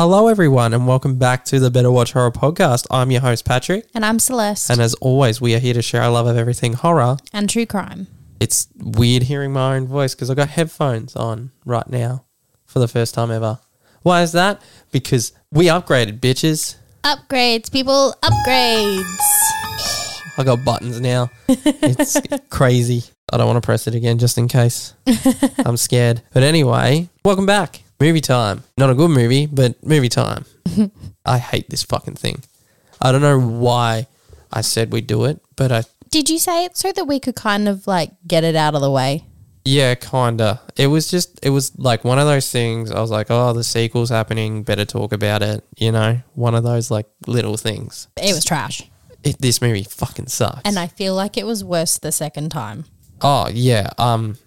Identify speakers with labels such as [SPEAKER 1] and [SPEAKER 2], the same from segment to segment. [SPEAKER 1] Hello, everyone, and welcome back to the Better Watch Horror podcast. I'm your host, Patrick.
[SPEAKER 2] And I'm Celeste.
[SPEAKER 1] And
[SPEAKER 2] And,
[SPEAKER 1] as always, we are here to share our love of everything horror.
[SPEAKER 2] true crime.
[SPEAKER 1] It's weird hearing my own voice because I've got headphones on right now for the first time ever. Why is that? Because we upgraded, bitches.
[SPEAKER 2] Upgrades, people, upgrades.
[SPEAKER 1] I got buttons now. It's crazy. I don't want to press it again just in case. I'm scared. But anyway, welcome back. Movie time. Not a good movie, but movie time. I hate this fucking thing. I don't know why I said we do it, but I
[SPEAKER 2] Did you say it so that we could kind of like get it out of the way?
[SPEAKER 1] yeah, kinda. It was just it was like one of those things. I was like, oh, the sequel's happening. Better talk about it. You know, one of those like little things.
[SPEAKER 2] It was trash.
[SPEAKER 1] It, this movie fucking sucks.
[SPEAKER 2] And I feel like it was worse the second time.
[SPEAKER 1] Oh yeah. Um,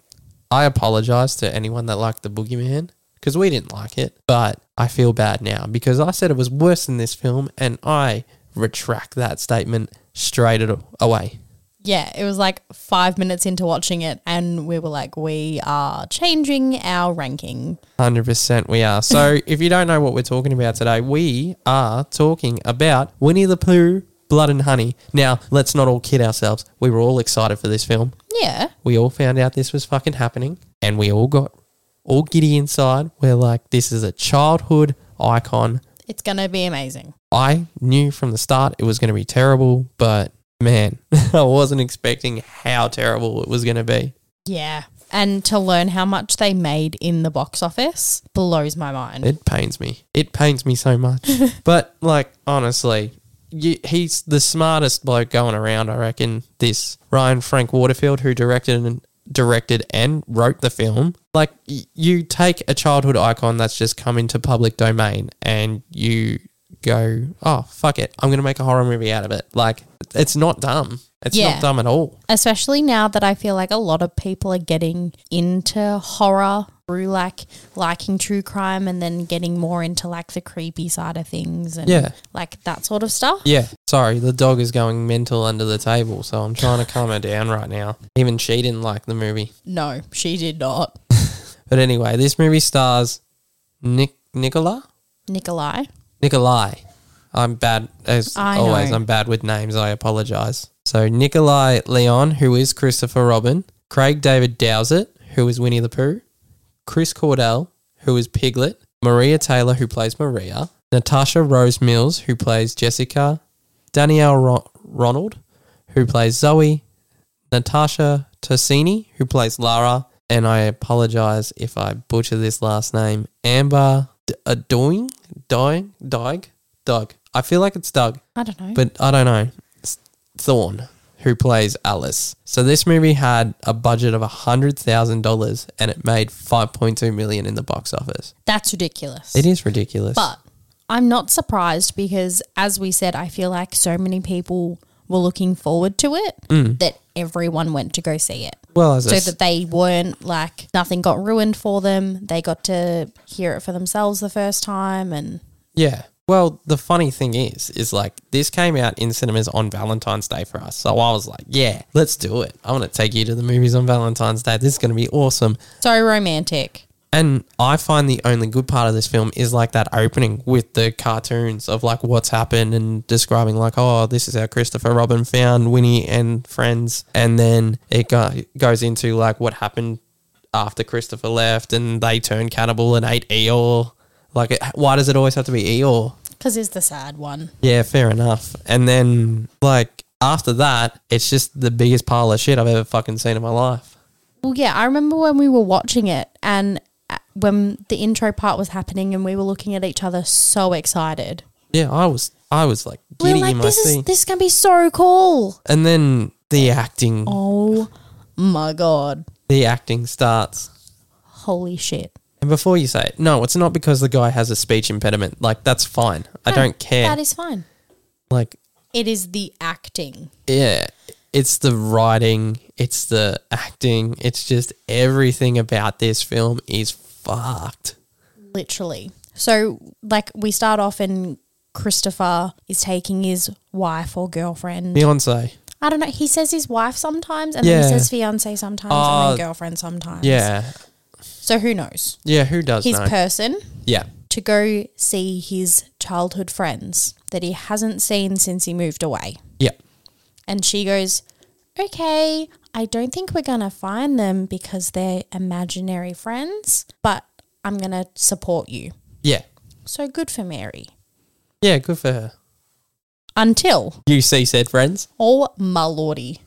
[SPEAKER 1] I apologize to anyone that liked the Boogeyman because we didn't like it, but I feel bad now because I said it was worse than this film, and I retract that statement straight a- away.
[SPEAKER 2] Yeah, it was like five minutes into watching it, and we were like, we are changing our ranking.
[SPEAKER 1] Hundred percent, we are. So, if you don't know what we're talking about today, we are talking about Winnie the Pooh, Blood and Honey. Now, let's not all kid ourselves. We were all excited for this film.
[SPEAKER 2] Yeah.
[SPEAKER 1] We all found out this was fucking happening and we all got all giddy inside. We're like, this is a childhood icon.
[SPEAKER 2] It's going to be amazing.
[SPEAKER 1] I knew from the start it was going to be terrible, but man, I wasn't expecting how terrible it was going to be.
[SPEAKER 2] Yeah. And to learn how much they made in the box office blows my mind.
[SPEAKER 1] It pains me. It pains me so much. but like, honestly, you, he's the smartest bloke going around. I reckon this Ryan Frank Waterfield, who directed and directed and wrote the film. Like, y- you take a childhood icon that's just come into public domain, and you go, "Oh fuck it, I'm gonna make a horror movie out of it." Like, it's not dumb. It's
[SPEAKER 2] Yeah.
[SPEAKER 1] not dumb at all.
[SPEAKER 2] especially now that I feel like a lot of people are getting into horror through like liking true crime and then getting more into like the creepy side of things and
[SPEAKER 1] Yeah.
[SPEAKER 2] like that sort of stuff.
[SPEAKER 1] Yeah. Sorry, the dog is going mental under the table, so I'm trying to calm her down right now. Even she didn't like the movie.
[SPEAKER 2] No, she did not.
[SPEAKER 1] But anyway, this movie stars Nick Nicola
[SPEAKER 2] Nikolai.
[SPEAKER 1] Nikolai. I'm bad as
[SPEAKER 2] I
[SPEAKER 1] always.
[SPEAKER 2] know.
[SPEAKER 1] I'm bad with names. I apologize. So Nikolai Leon, who is Christopher Robin, Craig David Dowsett, who is Winnie the Pooh, Chris Cordell, who is Piglet, Maria Taylor, who plays Maria, Natasha Rose Mills, who plays Jessica, Danielle Ro- Ronald, who plays Zoe, Natasha Tosini, who plays Lara, and I apologize if I butcher this last name, Amber D- uh, Adoing? Dying? Dying? Doug. I feel like it's Doug,
[SPEAKER 2] I don't know.
[SPEAKER 1] but I don't know. It's Thorne, who plays Alice. So this movie had a budget of $100,000 and it made 5.2 million in the box office.
[SPEAKER 2] That's ridiculous.
[SPEAKER 1] It is ridiculous.
[SPEAKER 2] But I'm not surprised because, as we said, I feel like so many people were looking forward to it that everyone went to go see it.
[SPEAKER 1] well, as I
[SPEAKER 2] so
[SPEAKER 1] s-
[SPEAKER 2] that they weren't like nothing got ruined for them. They got to hear it for themselves the first time, and
[SPEAKER 1] Yeah. Well, the funny thing is, is like this came out in cinemas on Valentine's Day for us. So I was like, yeah, let's do it. I'm going to take you to the movies on Valentine's Day. This is going to be awesome.
[SPEAKER 2] so romantic.
[SPEAKER 1] And I find the only good part of this film is like that opening with the cartoons of like what's happened and describing like, oh, this is how Christopher Robin found Winnie and friends. And then it go- goes into like what happened after Christopher left and they turned cannibal and ate Eeyore. Like, it, why does it always have to be Eeyore?
[SPEAKER 2] Because is the sad one.
[SPEAKER 1] Yeah, fair enough. And then, like, after that, it's just the biggest pile of shit I've ever fucking seen in my life.
[SPEAKER 2] Well, yeah, I remember when we were watching it, and uh, when the intro part was happening, and we were looking at each other so excited.
[SPEAKER 1] Yeah, I was, I was like
[SPEAKER 2] We were
[SPEAKER 1] giddy in
[SPEAKER 2] like,
[SPEAKER 1] my
[SPEAKER 2] "This is
[SPEAKER 1] seat.
[SPEAKER 2] this is gonna be so cool!"
[SPEAKER 1] and then the acting,
[SPEAKER 2] Oh my god,
[SPEAKER 1] the acting starts.
[SPEAKER 2] holy shit!
[SPEAKER 1] And before you say it, no, it's not because the guy has a speech impediment. Like, that's fine. I don't care.
[SPEAKER 2] That is fine.
[SPEAKER 1] like,
[SPEAKER 2] It is the acting.
[SPEAKER 1] yeah, it's the writing, it's the acting, it's just everything about this film is fucked.
[SPEAKER 2] literally. So, like, we start off and Christopher is taking his wife or girlfriend.
[SPEAKER 1] Beyonce.
[SPEAKER 2] I don't know. He says his wife sometimes, and then
[SPEAKER 1] Yeah.
[SPEAKER 2] he says fiance sometimes,
[SPEAKER 1] Oh,
[SPEAKER 2] and then girlfriend sometimes.
[SPEAKER 1] Yeah.
[SPEAKER 2] So who knows?
[SPEAKER 1] Yeah, who does
[SPEAKER 2] His
[SPEAKER 1] know?
[SPEAKER 2] person,
[SPEAKER 1] yeah.
[SPEAKER 2] to go see his childhood friends that he hasn't seen since he moved away.
[SPEAKER 1] Yeah.
[SPEAKER 2] And she goes, Okay, I don't think we're going to find them because they're imaginary friends, but I'm going to support you.
[SPEAKER 1] Yeah.
[SPEAKER 2] So good for Mary.
[SPEAKER 1] Yeah, good for her.
[SPEAKER 2] Until,
[SPEAKER 1] You see said friends.
[SPEAKER 2] oh my lordy.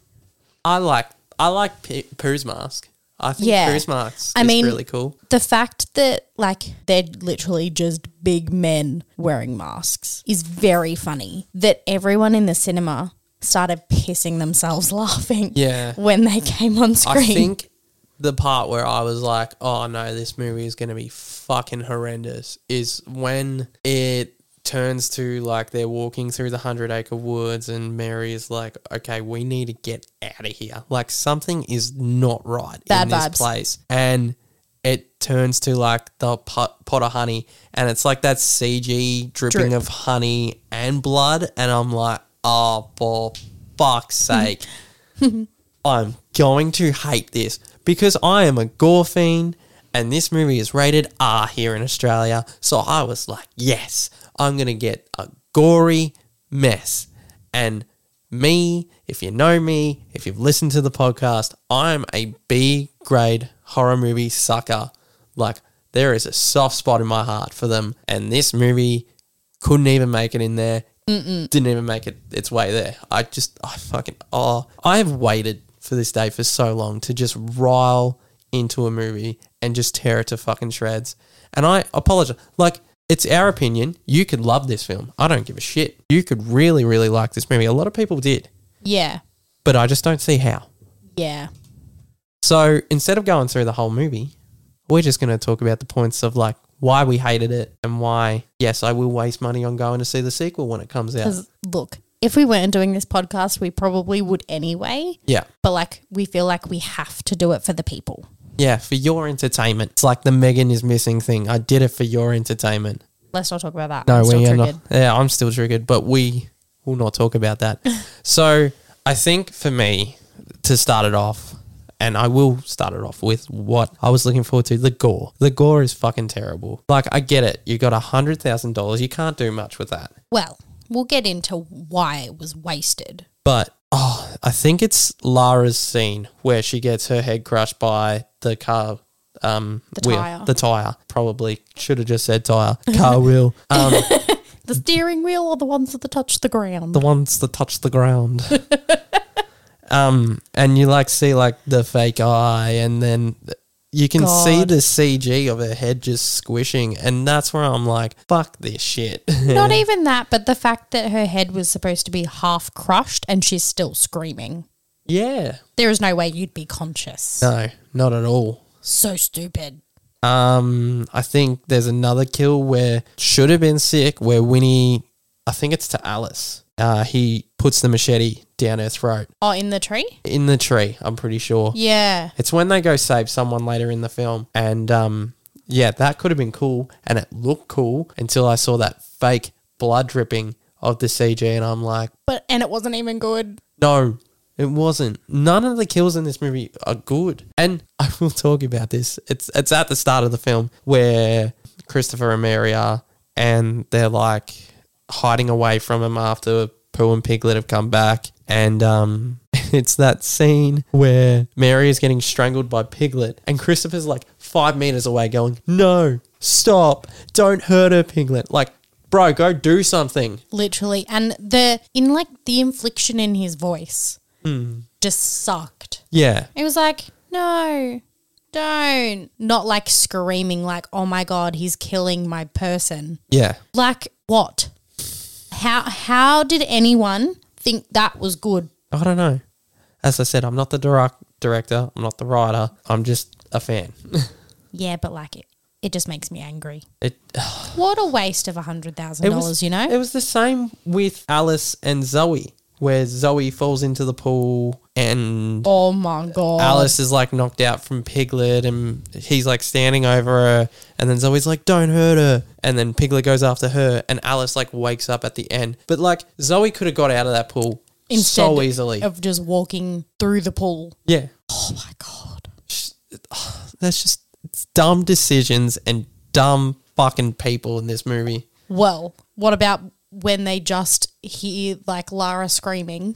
[SPEAKER 1] I like I like P- Pooh's mask. I think
[SPEAKER 2] Yeah.
[SPEAKER 1] Pooh's mask
[SPEAKER 2] I
[SPEAKER 1] is
[SPEAKER 2] mean-
[SPEAKER 1] really cool.
[SPEAKER 2] The fact that, like, they're literally just big men wearing masks is very funny. That everyone in the cinema started pissing themselves laughing
[SPEAKER 1] Yeah.
[SPEAKER 2] when they came on screen.
[SPEAKER 1] I think the part where I was like, oh no, this movie is going to be fucking horrendous is when it turns to like they're walking through the Hundred Acre Woods and Mary is like, okay, we need to get out of here. Like something is not right
[SPEAKER 2] Bad
[SPEAKER 1] in this
[SPEAKER 2] vibes.
[SPEAKER 1] place. And it turns to like the pot, pot of honey and it's like that CG dripping
[SPEAKER 2] Drip.
[SPEAKER 1] of honey and blood. And I'm like, oh, for fuck's sake. I'm going to hate this because I am a gore fiend and this movie is rated R here in Australia. So I was like, yes, I'm going to get a gory mess. And me, if you know me, if you've listened to the podcast, I'm a B grade horror movie sucker. Like, there is a soft spot in my heart for them. And this movie couldn't even make it in there. Didn't even make it its way there. I just, I fucking, oh, I have waited for this day for so long to just rile into a movie and just tear it to fucking shreds. And I apologize. Like, it's our opinion. You could love this film. I don't give a shit. You could really, really like this movie. A lot of people did,
[SPEAKER 2] yeah.
[SPEAKER 1] but I just don't see how.
[SPEAKER 2] Yeah.
[SPEAKER 1] So instead of going through the whole movie, we're just going to talk about the points of like why we hated it and why, yes, I will waste money on going to see the sequel when it comes out.
[SPEAKER 2] Because, look, if we weren't doing this podcast, we probably would anyway.
[SPEAKER 1] Yeah.
[SPEAKER 2] But, like, we feel like we have to do it for the people.
[SPEAKER 1] Yeah. For your entertainment. It's like the Megan is missing thing. I did it for your entertainment.
[SPEAKER 2] Let's not talk about that.
[SPEAKER 1] No,
[SPEAKER 2] I'm still
[SPEAKER 1] we are not.
[SPEAKER 2] triggered.
[SPEAKER 1] Yeah, I'm still triggered, but we will not talk about that. so I think for me to start it off, and I will start it off with what I was looking forward to the gore. The gore is fucking terrible. Like, I get it. You got a $100,000. You can't do much with that.
[SPEAKER 2] Well, we'll get into why it was wasted.
[SPEAKER 1] But oh, I think it's Lara's scene where she gets her head crushed by the car. Um,
[SPEAKER 2] The
[SPEAKER 1] wheel.
[SPEAKER 2] tyre.
[SPEAKER 1] The tire. Probably should have just said tire. Car wheel. Um,
[SPEAKER 2] The steering wheel or the ones that touch the ground?
[SPEAKER 1] the ones that touch the ground. um, and you like see like the fake eye, and then you can see
[SPEAKER 2] God.
[SPEAKER 1] the CG of her head just squishing, and that's where I'm like, fuck this shit.
[SPEAKER 2] Not even that, but the fact that her head was supposed to be half crushed and she's still screaming.
[SPEAKER 1] yeah,
[SPEAKER 2] There is no way you'd be conscious.
[SPEAKER 1] no, not at all.
[SPEAKER 2] So stupid.
[SPEAKER 1] Um, I think there's another kill where should have been sick where Winnie, I think it's to Alice. Uh, he puts the machete down her throat
[SPEAKER 2] Oh, in the tree?
[SPEAKER 1] in the tree. I'm pretty sure.
[SPEAKER 2] Yeah.
[SPEAKER 1] It's when they go save someone later in the film, and um, yeah, that could have been cool, and it looked cool until I saw that fake blood dripping of the CG, and I'm like,
[SPEAKER 2] But and it wasn't even good.
[SPEAKER 1] no, it wasn't. None of the kills in this movie are good. And I will talk about this. It's it's at the start of the film where Christopher and Mary are and they're like hiding away from him after Pooh and Piglet have come back. And um it's that scene where Mary is getting strangled by Piglet and Christopher's like five meters away going, No, stop, don't hurt her, Piglet. Like, bro, go do something.
[SPEAKER 2] Literally. And the in like the infliction in his voice just sucked.
[SPEAKER 1] Yeah.
[SPEAKER 2] It was like, no, don't. Not like screaming like, oh my god, he's killing my person.
[SPEAKER 1] Yeah.
[SPEAKER 2] Like what? How how did anyone think that was good?
[SPEAKER 1] I don't know. As I said, I'm not the direct director. I'm not the writer. I'm just a fan.
[SPEAKER 2] Yeah, but like it, it just makes me angry.
[SPEAKER 1] It
[SPEAKER 2] What a waste of a hundred thousand dollars, you know?
[SPEAKER 1] It was the same with Alice and Zoe, where Zoe falls into the pool and
[SPEAKER 2] oh my god.
[SPEAKER 1] Alice is like knocked out from Piglet, and he's like standing over her, and then Zoe's like, "Don't hurt her," and then Piglet goes after her, and Alice like wakes up at the end. But like Zoe could have got out of that pool
[SPEAKER 2] Instead
[SPEAKER 1] so easily.
[SPEAKER 2] of just walking through the pool.
[SPEAKER 1] yeah,
[SPEAKER 2] Oh my god.
[SPEAKER 1] that's just it's dumb decisions and dumb fucking people in this movie.
[SPEAKER 2] Well, what about when they just hear like Lara screaming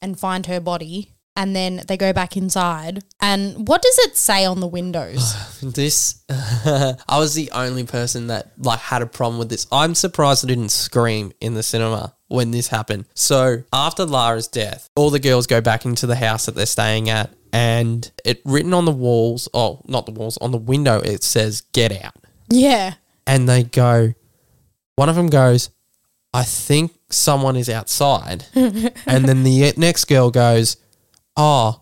[SPEAKER 2] and find her body and then they go back inside? And what does it say on the windows?
[SPEAKER 1] This, I was the only person that like had a problem with this. I'm surprised I didn't scream in the cinema when this happened. So after Lara's death, all the girls go back into the house that they're staying at, and it written on the walls. Oh, not the walls, on the window. It says "Get out,"
[SPEAKER 2] yeah.
[SPEAKER 1] and they go. One of them goes, "I think someone is outside," and then the next girl goes, "Oh."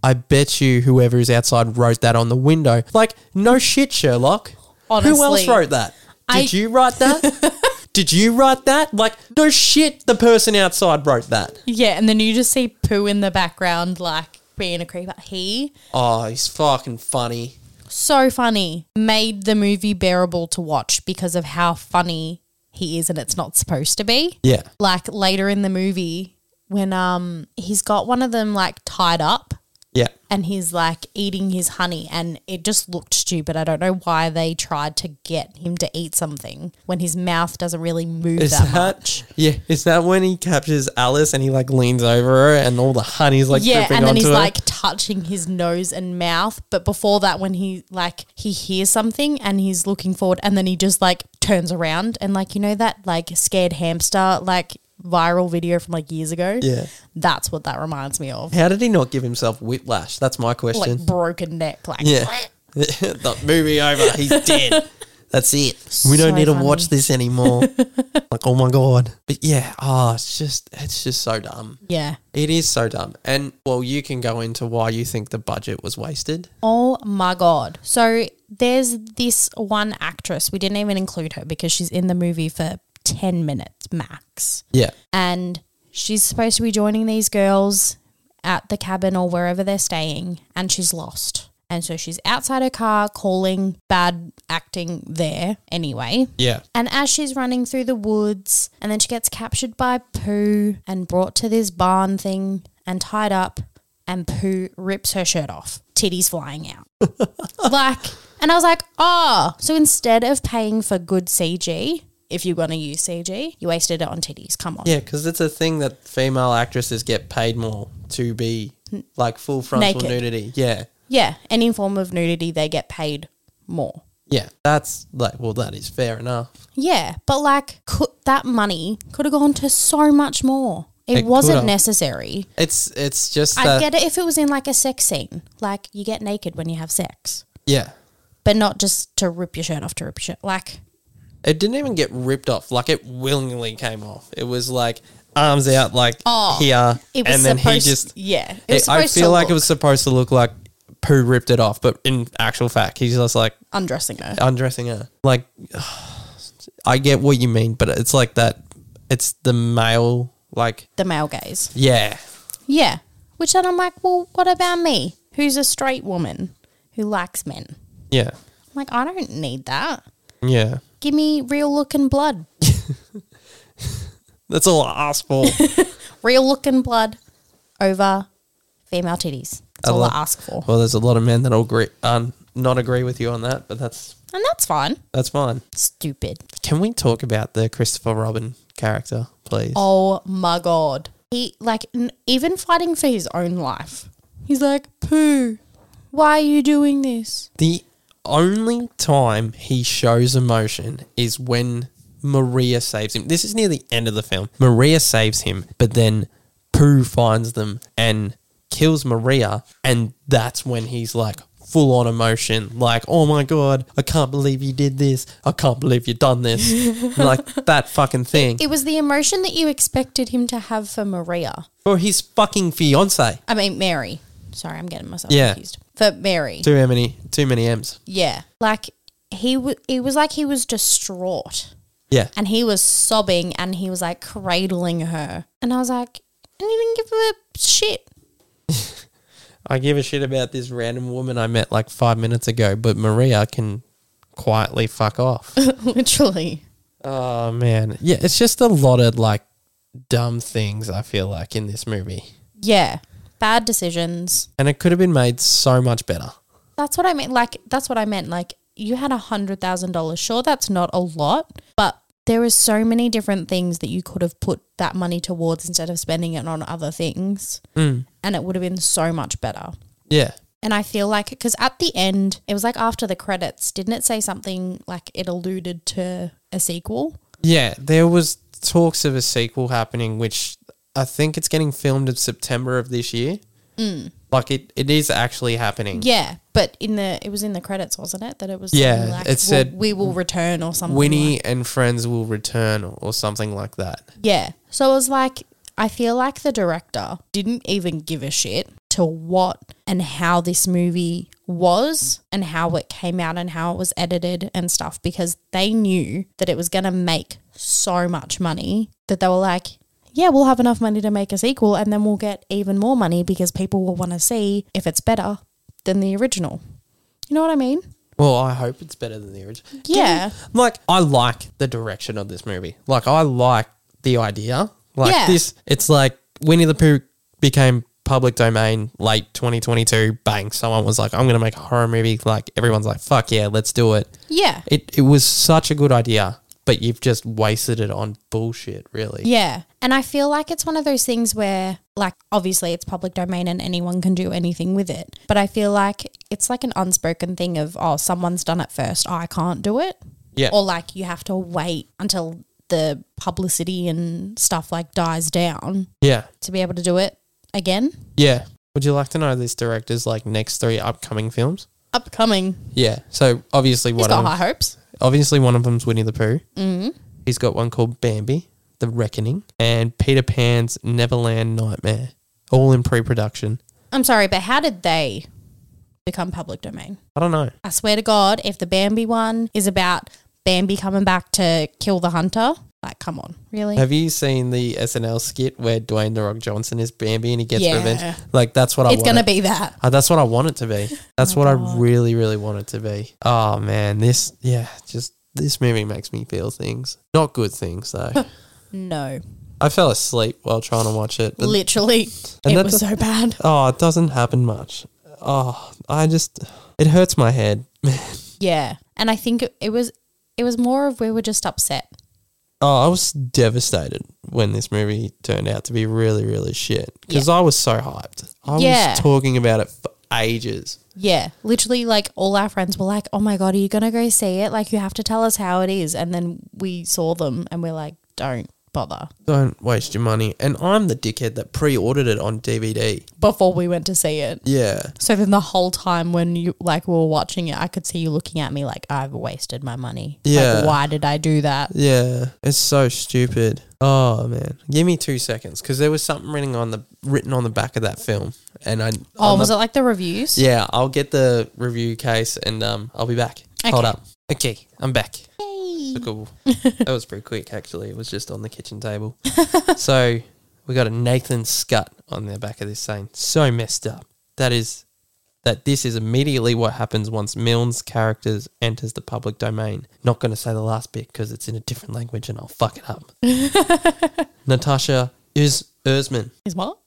[SPEAKER 1] I bet you whoever is outside wrote that on the window. Like, no shit, Sherlock. Who else
[SPEAKER 2] Honestly.
[SPEAKER 1] wrote that? Did
[SPEAKER 2] I-
[SPEAKER 1] you write that? Did you write that? Like, no shit, the person outside wrote that.
[SPEAKER 2] Yeah. And then you just see Pooh in the background, like being a creeper. He,
[SPEAKER 1] Oh, he's fucking funny.
[SPEAKER 2] so funny, made the movie bearable to watch because of how funny he is and it's not supposed to be.
[SPEAKER 1] Yeah.
[SPEAKER 2] Like later in the movie, when um he's got one of them like tied up
[SPEAKER 1] Yeah.
[SPEAKER 2] and he's like eating his honey and it just looked stupid. I don't know why they tried to get him to eat something when his mouth doesn't really move
[SPEAKER 1] Is
[SPEAKER 2] that,
[SPEAKER 1] that,
[SPEAKER 2] much.
[SPEAKER 1] yeah? Is that when he captures Alice and he like leans over her and all the honey's like
[SPEAKER 2] Yeah,
[SPEAKER 1] dripping
[SPEAKER 2] and then
[SPEAKER 1] onto
[SPEAKER 2] he's
[SPEAKER 1] her?
[SPEAKER 2] like touching his nose and mouth, but before that when he like he hears something and he's looking forward and then he just like turns around and like you know that like scared hamster like viral video from like years ago?
[SPEAKER 1] Yeah.
[SPEAKER 2] That's what that reminds me of.
[SPEAKER 1] How did he not give himself whiplash? That's my question.
[SPEAKER 2] Like broken neck, like
[SPEAKER 1] yeah. the movie over. He's dead. That's it. We
[SPEAKER 2] So
[SPEAKER 1] don't need to
[SPEAKER 2] funny.
[SPEAKER 1] watch this anymore. like, oh my god. But yeah, ah, it's just it's just so dumb.
[SPEAKER 2] Yeah.
[SPEAKER 1] It is so dumb. And well, you can go into why you think the budget was wasted.
[SPEAKER 2] Oh my god. So there's this one actress. We didn't even include her because she's in the movie for 10 minutes max.
[SPEAKER 1] Yeah.
[SPEAKER 2] And she's supposed to be joining these girls at the cabin or wherever they're staying and she's lost. And so she's outside her car calling bad acting there anyway.
[SPEAKER 1] Yeah.
[SPEAKER 2] And as she's running through the woods, and then she gets captured by Pooh and brought to this barn thing and tied up, and Pooh rips her shirt off, titties flying out. like, and I was like, oh, so instead of paying for good CG, if you're going to use CG, you wasted it on titties. Come on.
[SPEAKER 1] Yeah, because it's a thing that female actresses get paid more to be like full frontal
[SPEAKER 2] Naked.
[SPEAKER 1] nudity. Yeah.
[SPEAKER 2] yeah. Any form of nudity, they get paid more.
[SPEAKER 1] Yeah. That's like, well, that is fair enough.
[SPEAKER 2] Yeah, but like could, that money could have gone to so much more. It,
[SPEAKER 1] It
[SPEAKER 2] wasn't
[SPEAKER 1] could've.
[SPEAKER 2] necessary.
[SPEAKER 1] It's it's just
[SPEAKER 2] I'd
[SPEAKER 1] that.
[SPEAKER 2] get it if it was in like a sex scene. Like you get naked when you have sex,
[SPEAKER 1] yeah.
[SPEAKER 2] but not just to rip your shirt off to rip your shirt. Like,
[SPEAKER 1] It didn't even get ripped off. Like it willingly came off. It was like arms out, like
[SPEAKER 2] Oh,
[SPEAKER 1] here,
[SPEAKER 2] it was
[SPEAKER 1] and then
[SPEAKER 2] supposed
[SPEAKER 1] he just.
[SPEAKER 2] Yeah. It was
[SPEAKER 1] It, I
[SPEAKER 2] supposed
[SPEAKER 1] feel
[SPEAKER 2] to
[SPEAKER 1] like
[SPEAKER 2] look
[SPEAKER 1] it was supposed to look like Pooh ripped it off, but in actual fact, he's just like
[SPEAKER 2] undressing her.
[SPEAKER 1] undressing her. Like, I get what you mean, but it's like that. It's the male, like,
[SPEAKER 2] The male gaze.
[SPEAKER 1] yeah,
[SPEAKER 2] Yeah. Which then I'm like, well, what about me? Who's a straight woman who likes men? I'm
[SPEAKER 1] yeah,
[SPEAKER 2] like, I don't need that.
[SPEAKER 1] yeah.
[SPEAKER 2] Give me real looking blood.
[SPEAKER 1] That's all I ask for.
[SPEAKER 2] Real looking blood over female titties. That's all
[SPEAKER 1] love-
[SPEAKER 2] I ask for.
[SPEAKER 1] well, there's a lot of men that'll agree, um, not agree with you on that, but that's
[SPEAKER 2] And that's fine.
[SPEAKER 1] that's fine.
[SPEAKER 2] Stupid.
[SPEAKER 1] Can we talk about the Christopher Robin character, please?
[SPEAKER 2] Oh my god. He like n- even fighting for his own life. He's like, "Pooh, why are you doing this?"
[SPEAKER 1] The only time he shows emotion is when Maria saves him. This is near the end of the film. Maria saves him, but then Pooh finds them and kills Maria, and that's when he's like full on emotion, like, oh my god, I can't believe you did this. I can't believe you done this. like that fucking thing.
[SPEAKER 2] It was the emotion that you expected him to have for Maria.
[SPEAKER 1] For his fucking fiance.
[SPEAKER 2] I mean, Mary. Sorry, I'm getting myself
[SPEAKER 1] Yeah.
[SPEAKER 2] confused. For Mary.
[SPEAKER 1] Too many too many M's.
[SPEAKER 2] yeah. Like he w- it was like he was distraught
[SPEAKER 1] Yeah.
[SPEAKER 2] and he was sobbing and he was like cradling her. And I was like, and you didn't give a shit.
[SPEAKER 1] I give a shit about this random woman I met like five minutes ago, but Maria can quietly fuck off.
[SPEAKER 2] Literally.
[SPEAKER 1] oh man, yeah, it's just a lot of like dumb things I feel like in this movie,
[SPEAKER 2] Yeah. Bad decisions.
[SPEAKER 1] and it could have been made so much better.
[SPEAKER 2] That's what I meant. Like that's what I meant. Like you had a hundred thousand dollars. Sure, that's not a lot, but there are so many different things that you could have put that money towards instead of spending it on other things,
[SPEAKER 1] Mm.
[SPEAKER 2] and it would have been so much better.
[SPEAKER 1] Yeah.
[SPEAKER 2] And I feel like because at the end, it was like after the credits, didn't it say something like it alluded to a sequel?
[SPEAKER 1] Yeah, there was talks of a sequel happening, which I think it's getting filmed in September of this year. Like it, it is actually happening.
[SPEAKER 2] Yeah, but in the it was in the credits, wasn't it? That it was
[SPEAKER 1] Yeah,
[SPEAKER 2] something like,
[SPEAKER 1] it said
[SPEAKER 2] "Well, we will return or something.
[SPEAKER 1] Winnie
[SPEAKER 2] like-
[SPEAKER 1] and friends will return or something like that.
[SPEAKER 2] yeah. So it was like I feel like the director didn't even give a shit to what and how this movie was and how it came out and how it was edited and stuff because they knew that it was going to make so much money that they were like, yeah, we'll have enough money to make a sequel and then we'll get even more money because people will want to see if it's better than the original. You know what I mean?
[SPEAKER 1] Well, I hope it's better than the original.
[SPEAKER 2] Yeah.
[SPEAKER 1] Like I like the direction of this movie. Like I like the idea. Like
[SPEAKER 2] Yeah.
[SPEAKER 1] this it's like Winnie the Pooh became public domain late 2022 bang someone was like I'm going to make a horror movie like everyone's like fuck yeah let's do it.
[SPEAKER 2] Yeah.
[SPEAKER 1] It it was such a good idea, but you've just wasted it on bullshit, really.
[SPEAKER 2] Yeah. And I feel like it's one of those things where, like, obviously it's public domain and anyone can do anything with it. But I feel like it's like an unspoken thing of, oh, someone's done it first. I can't do it.
[SPEAKER 1] Yeah.
[SPEAKER 2] Or like you have to wait until the publicity and stuff like dies down
[SPEAKER 1] Yeah.
[SPEAKER 2] to be able to do it again.
[SPEAKER 1] Yeah. Would you like to know this director's like next three upcoming films?
[SPEAKER 2] Upcoming.
[SPEAKER 1] Yeah. So obviously
[SPEAKER 2] He's
[SPEAKER 1] one
[SPEAKER 2] got
[SPEAKER 1] of
[SPEAKER 2] high hopes.
[SPEAKER 1] obviously one of them's Winnie the Pooh.
[SPEAKER 2] Mm.
[SPEAKER 1] He's got one called Bambi, The Reckoning, and Peter Pan's Neverland Nightmare, all in pre-production.
[SPEAKER 2] I'm sorry, but how did they become public domain?
[SPEAKER 1] I don't know.
[SPEAKER 2] I swear to God, if the Bambi one is about Bambi coming back to kill the hunter, like, come on, really?
[SPEAKER 1] Have you seen the SNL skit where Dwayne the Rock Johnson is Bambi and he gets
[SPEAKER 2] Yeah.
[SPEAKER 1] revenge? Like that's what I
[SPEAKER 2] it's
[SPEAKER 1] want.
[SPEAKER 2] gonna Oh be that.
[SPEAKER 1] Uh, that's what I want it to be. That's what I really, really want it to be. Oh man, this yeah, just this movie makes me feel things. Not good things though.
[SPEAKER 2] No,
[SPEAKER 1] I fell asleep while trying to watch it. But,
[SPEAKER 2] literally,
[SPEAKER 1] And
[SPEAKER 2] it
[SPEAKER 1] that
[SPEAKER 2] was so bad.
[SPEAKER 1] oh, it doesn't happen much. Oh, I just it hurts my head.
[SPEAKER 2] Yeah, and I think it- it was it was more of we were just upset.
[SPEAKER 1] Oh, I was devastated when this movie turned out to be really, really shit because I was so hyped. I
[SPEAKER 2] Yeah.
[SPEAKER 1] was talking about it for ages.
[SPEAKER 2] Yeah, literally, like all our friends were like, "Oh my god, are you gonna go see it? Like, you have to tell us how it is." And then we saw them, and we're like, "Don't bother."
[SPEAKER 1] Don't waste your money. And I'm the dickhead that pre-ordered it on DVD.
[SPEAKER 2] Before we went to see it,
[SPEAKER 1] Yeah.
[SPEAKER 2] so then the whole time when you like we were watching it, I could see you looking at me like, "I've wasted my money. Like,
[SPEAKER 1] Yeah.
[SPEAKER 2] why did I do that?"
[SPEAKER 1] Yeah, it's so stupid. Oh man, give me two seconds because there was something written on the written on the back of that film, and I
[SPEAKER 2] Oh,
[SPEAKER 1] on
[SPEAKER 2] was
[SPEAKER 1] the-
[SPEAKER 2] it like the reviews?
[SPEAKER 1] yeah, I'll get the review case and um, I'll be back. Hold
[SPEAKER 2] Okay.
[SPEAKER 1] up. Okay, I'm back.
[SPEAKER 2] Yay.
[SPEAKER 1] Took a- that was pretty quick actually. It was just on the kitchen table. so we got a Nathan Scut on the back of this saying so messed up. That is that this is immediately what happens once Milne's characters enters the public domain. Not going to say the last bit because it's in a different language and I'll fuck it up. Natasha is Erzman.
[SPEAKER 2] Is what?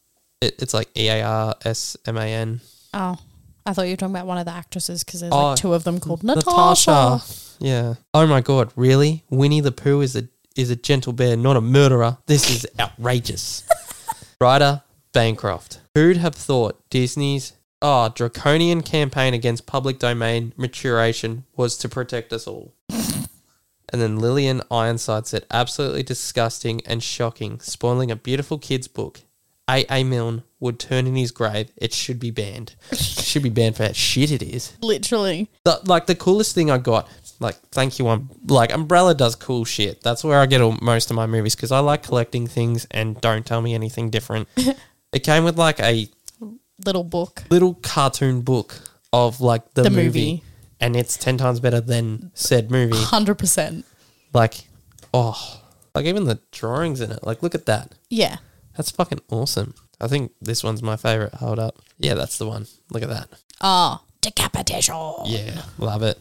[SPEAKER 1] It, it's like E A R S M A N.
[SPEAKER 2] Oh, I thought you were talking about one of the actresses because there's
[SPEAKER 1] Oh,
[SPEAKER 2] like two of them called Natasha.
[SPEAKER 1] Natasha. Yeah. Oh my god, really? Winnie the Pooh is a is a gentle bear, not a murderer. This is outrageous. Writer Bancroft. Who'd have thought Disney's ah draconian campaign against public domain maturation was to protect us all? and then Lillian Ironside said, absolutely disgusting and shocking, spoiling a beautiful kid's book. A.A. Milne would turn in his grave. It should be banned. should be banned for how shit it is.
[SPEAKER 2] Literally.
[SPEAKER 1] The, like the coolest thing I got, like thank you, um, like Umbrella does cool shit. That's where I get all, most of my movies because I like collecting things and don't tell me anything different. it came with like a
[SPEAKER 2] Little book.
[SPEAKER 1] little cartoon book of like the,
[SPEAKER 2] The
[SPEAKER 1] movie,
[SPEAKER 2] movie.
[SPEAKER 1] and it's ten times better than said movie.
[SPEAKER 2] 100%.
[SPEAKER 1] Like, oh, like even the drawings in it. Like, look at that.
[SPEAKER 2] Yeah.
[SPEAKER 1] That's fucking awesome. I think this one's my favorite. Hold up, yeah, that's the one. Look at that.
[SPEAKER 2] Oh, decapitation.
[SPEAKER 1] Yeah, love it.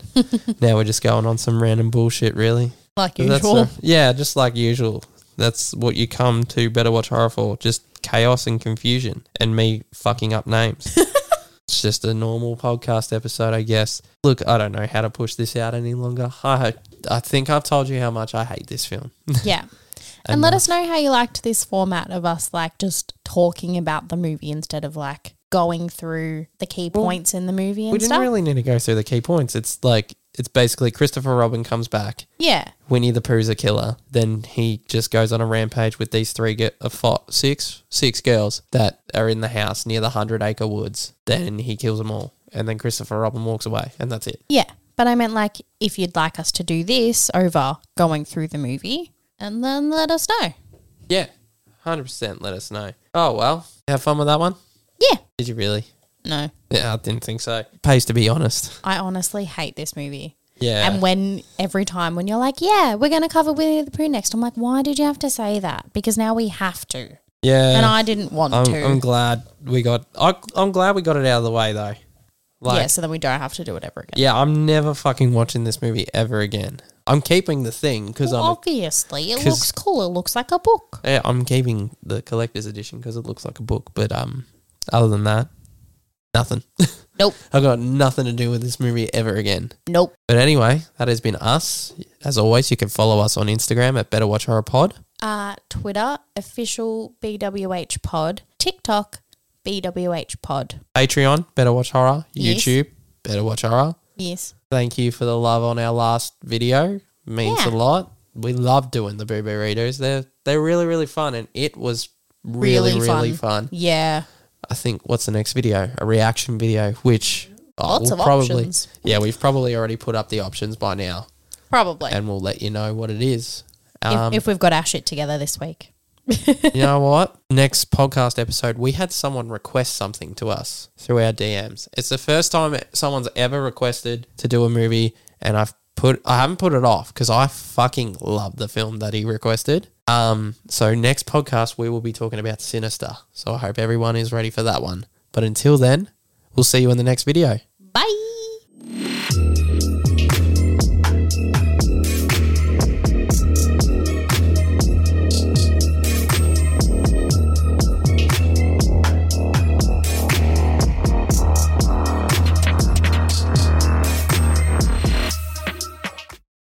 [SPEAKER 1] now we're just going on some random bullshit, really.
[SPEAKER 2] Like
[SPEAKER 1] But that's
[SPEAKER 2] usual.
[SPEAKER 1] the- yeah, just like usual. That's what you come to Better Watch Horror for. Just chaos and confusion and me fucking up names. It's just a normal podcast episode, I guess. Look, I don't know how to push this out any longer. I I think I've told you how much I hate this film.
[SPEAKER 2] Yeah. And let us know how you liked this format of us like just talking about the movie instead of like going through the key points in the movie
[SPEAKER 1] We
[SPEAKER 2] and
[SPEAKER 1] didn't
[SPEAKER 2] stuff.
[SPEAKER 1] really need to go through the key points. It's like it's basically Christopher Robin comes back.
[SPEAKER 2] yeah.
[SPEAKER 1] Winnie the Pooh's a killer. Then he just goes on a rampage with these three, ge- uh, fo- six, six girls that are in the house near the Hundred Acre Woods. Then he kills them all. And then Christopher Robin walks away. And that's it.
[SPEAKER 2] Yeah. But I meant like if you'd like us to do this over going through the movie and then let us know.
[SPEAKER 1] Yeah. 100% let us know. Oh, well. Have fun with that one?
[SPEAKER 2] Yeah.
[SPEAKER 1] Did you really?
[SPEAKER 2] No.
[SPEAKER 1] Yeah, I didn't think so. Pays to be honest.
[SPEAKER 2] I honestly hate this movie.
[SPEAKER 1] Yeah.
[SPEAKER 2] And when every time when you're like, yeah, we're going to cover Winnie the Pooh next, I'm like, why did you have to say that? Because now we have to.
[SPEAKER 1] yeah.
[SPEAKER 2] and I didn't want
[SPEAKER 1] I'm,
[SPEAKER 2] to.
[SPEAKER 1] I'm glad we got. I, I'm glad we got it out of the way though. Like,
[SPEAKER 2] yeah, so then we don't have to do it ever again.
[SPEAKER 1] yeah, I'm never fucking watching this movie ever again. I'm keeping the thing because
[SPEAKER 2] Well,
[SPEAKER 1] I'm. A,
[SPEAKER 2] obviously, it
[SPEAKER 1] 'cause-
[SPEAKER 2] looks cool. It looks like a book.
[SPEAKER 1] yeah, Uh, I'm keeping the collector's edition because it looks like a book. But um, other than that, nothing.
[SPEAKER 2] Nope.
[SPEAKER 1] I've got nothing to do with this movie ever again.
[SPEAKER 2] Nope.
[SPEAKER 1] But anyway, that has been us. As always, you can follow us on Instagram at Better Watch Horror Pod.
[SPEAKER 2] Uh, Twitter, official BWH pod. TikTok, BWH pod.
[SPEAKER 1] Patreon, Better Watch Horror.
[SPEAKER 2] Yes.
[SPEAKER 1] YouTube, Better Watch Horror.
[SPEAKER 2] Yes.
[SPEAKER 1] Thank you for the love on our last video. Means
[SPEAKER 2] Yeah.
[SPEAKER 1] a lot. We love doing the Boo Boo Readers. They're they're really really fun, and it was really really,
[SPEAKER 2] Really
[SPEAKER 1] fun.
[SPEAKER 2] Yeah.
[SPEAKER 1] I think what's the next video? A reaction video, which oh,
[SPEAKER 2] Lots
[SPEAKER 1] we'll
[SPEAKER 2] of options.
[SPEAKER 1] Yeah, we've probably already put up the options by now,
[SPEAKER 2] Probably.
[SPEAKER 1] and we'll let you know what it is.
[SPEAKER 2] if,
[SPEAKER 1] Um,
[SPEAKER 2] if we've got our shit together this week.
[SPEAKER 1] you know what? Next podcast episode, we had someone request something to us through our DMs. It's the first time someone's ever requested to do a movie, and I've put I haven't put it off because I fucking love the film that he requested. Um, so next podcast we will be talking about Sinister. So I hope everyone is ready for that one. But until then, we'll see you in the next video.
[SPEAKER 2] Bye.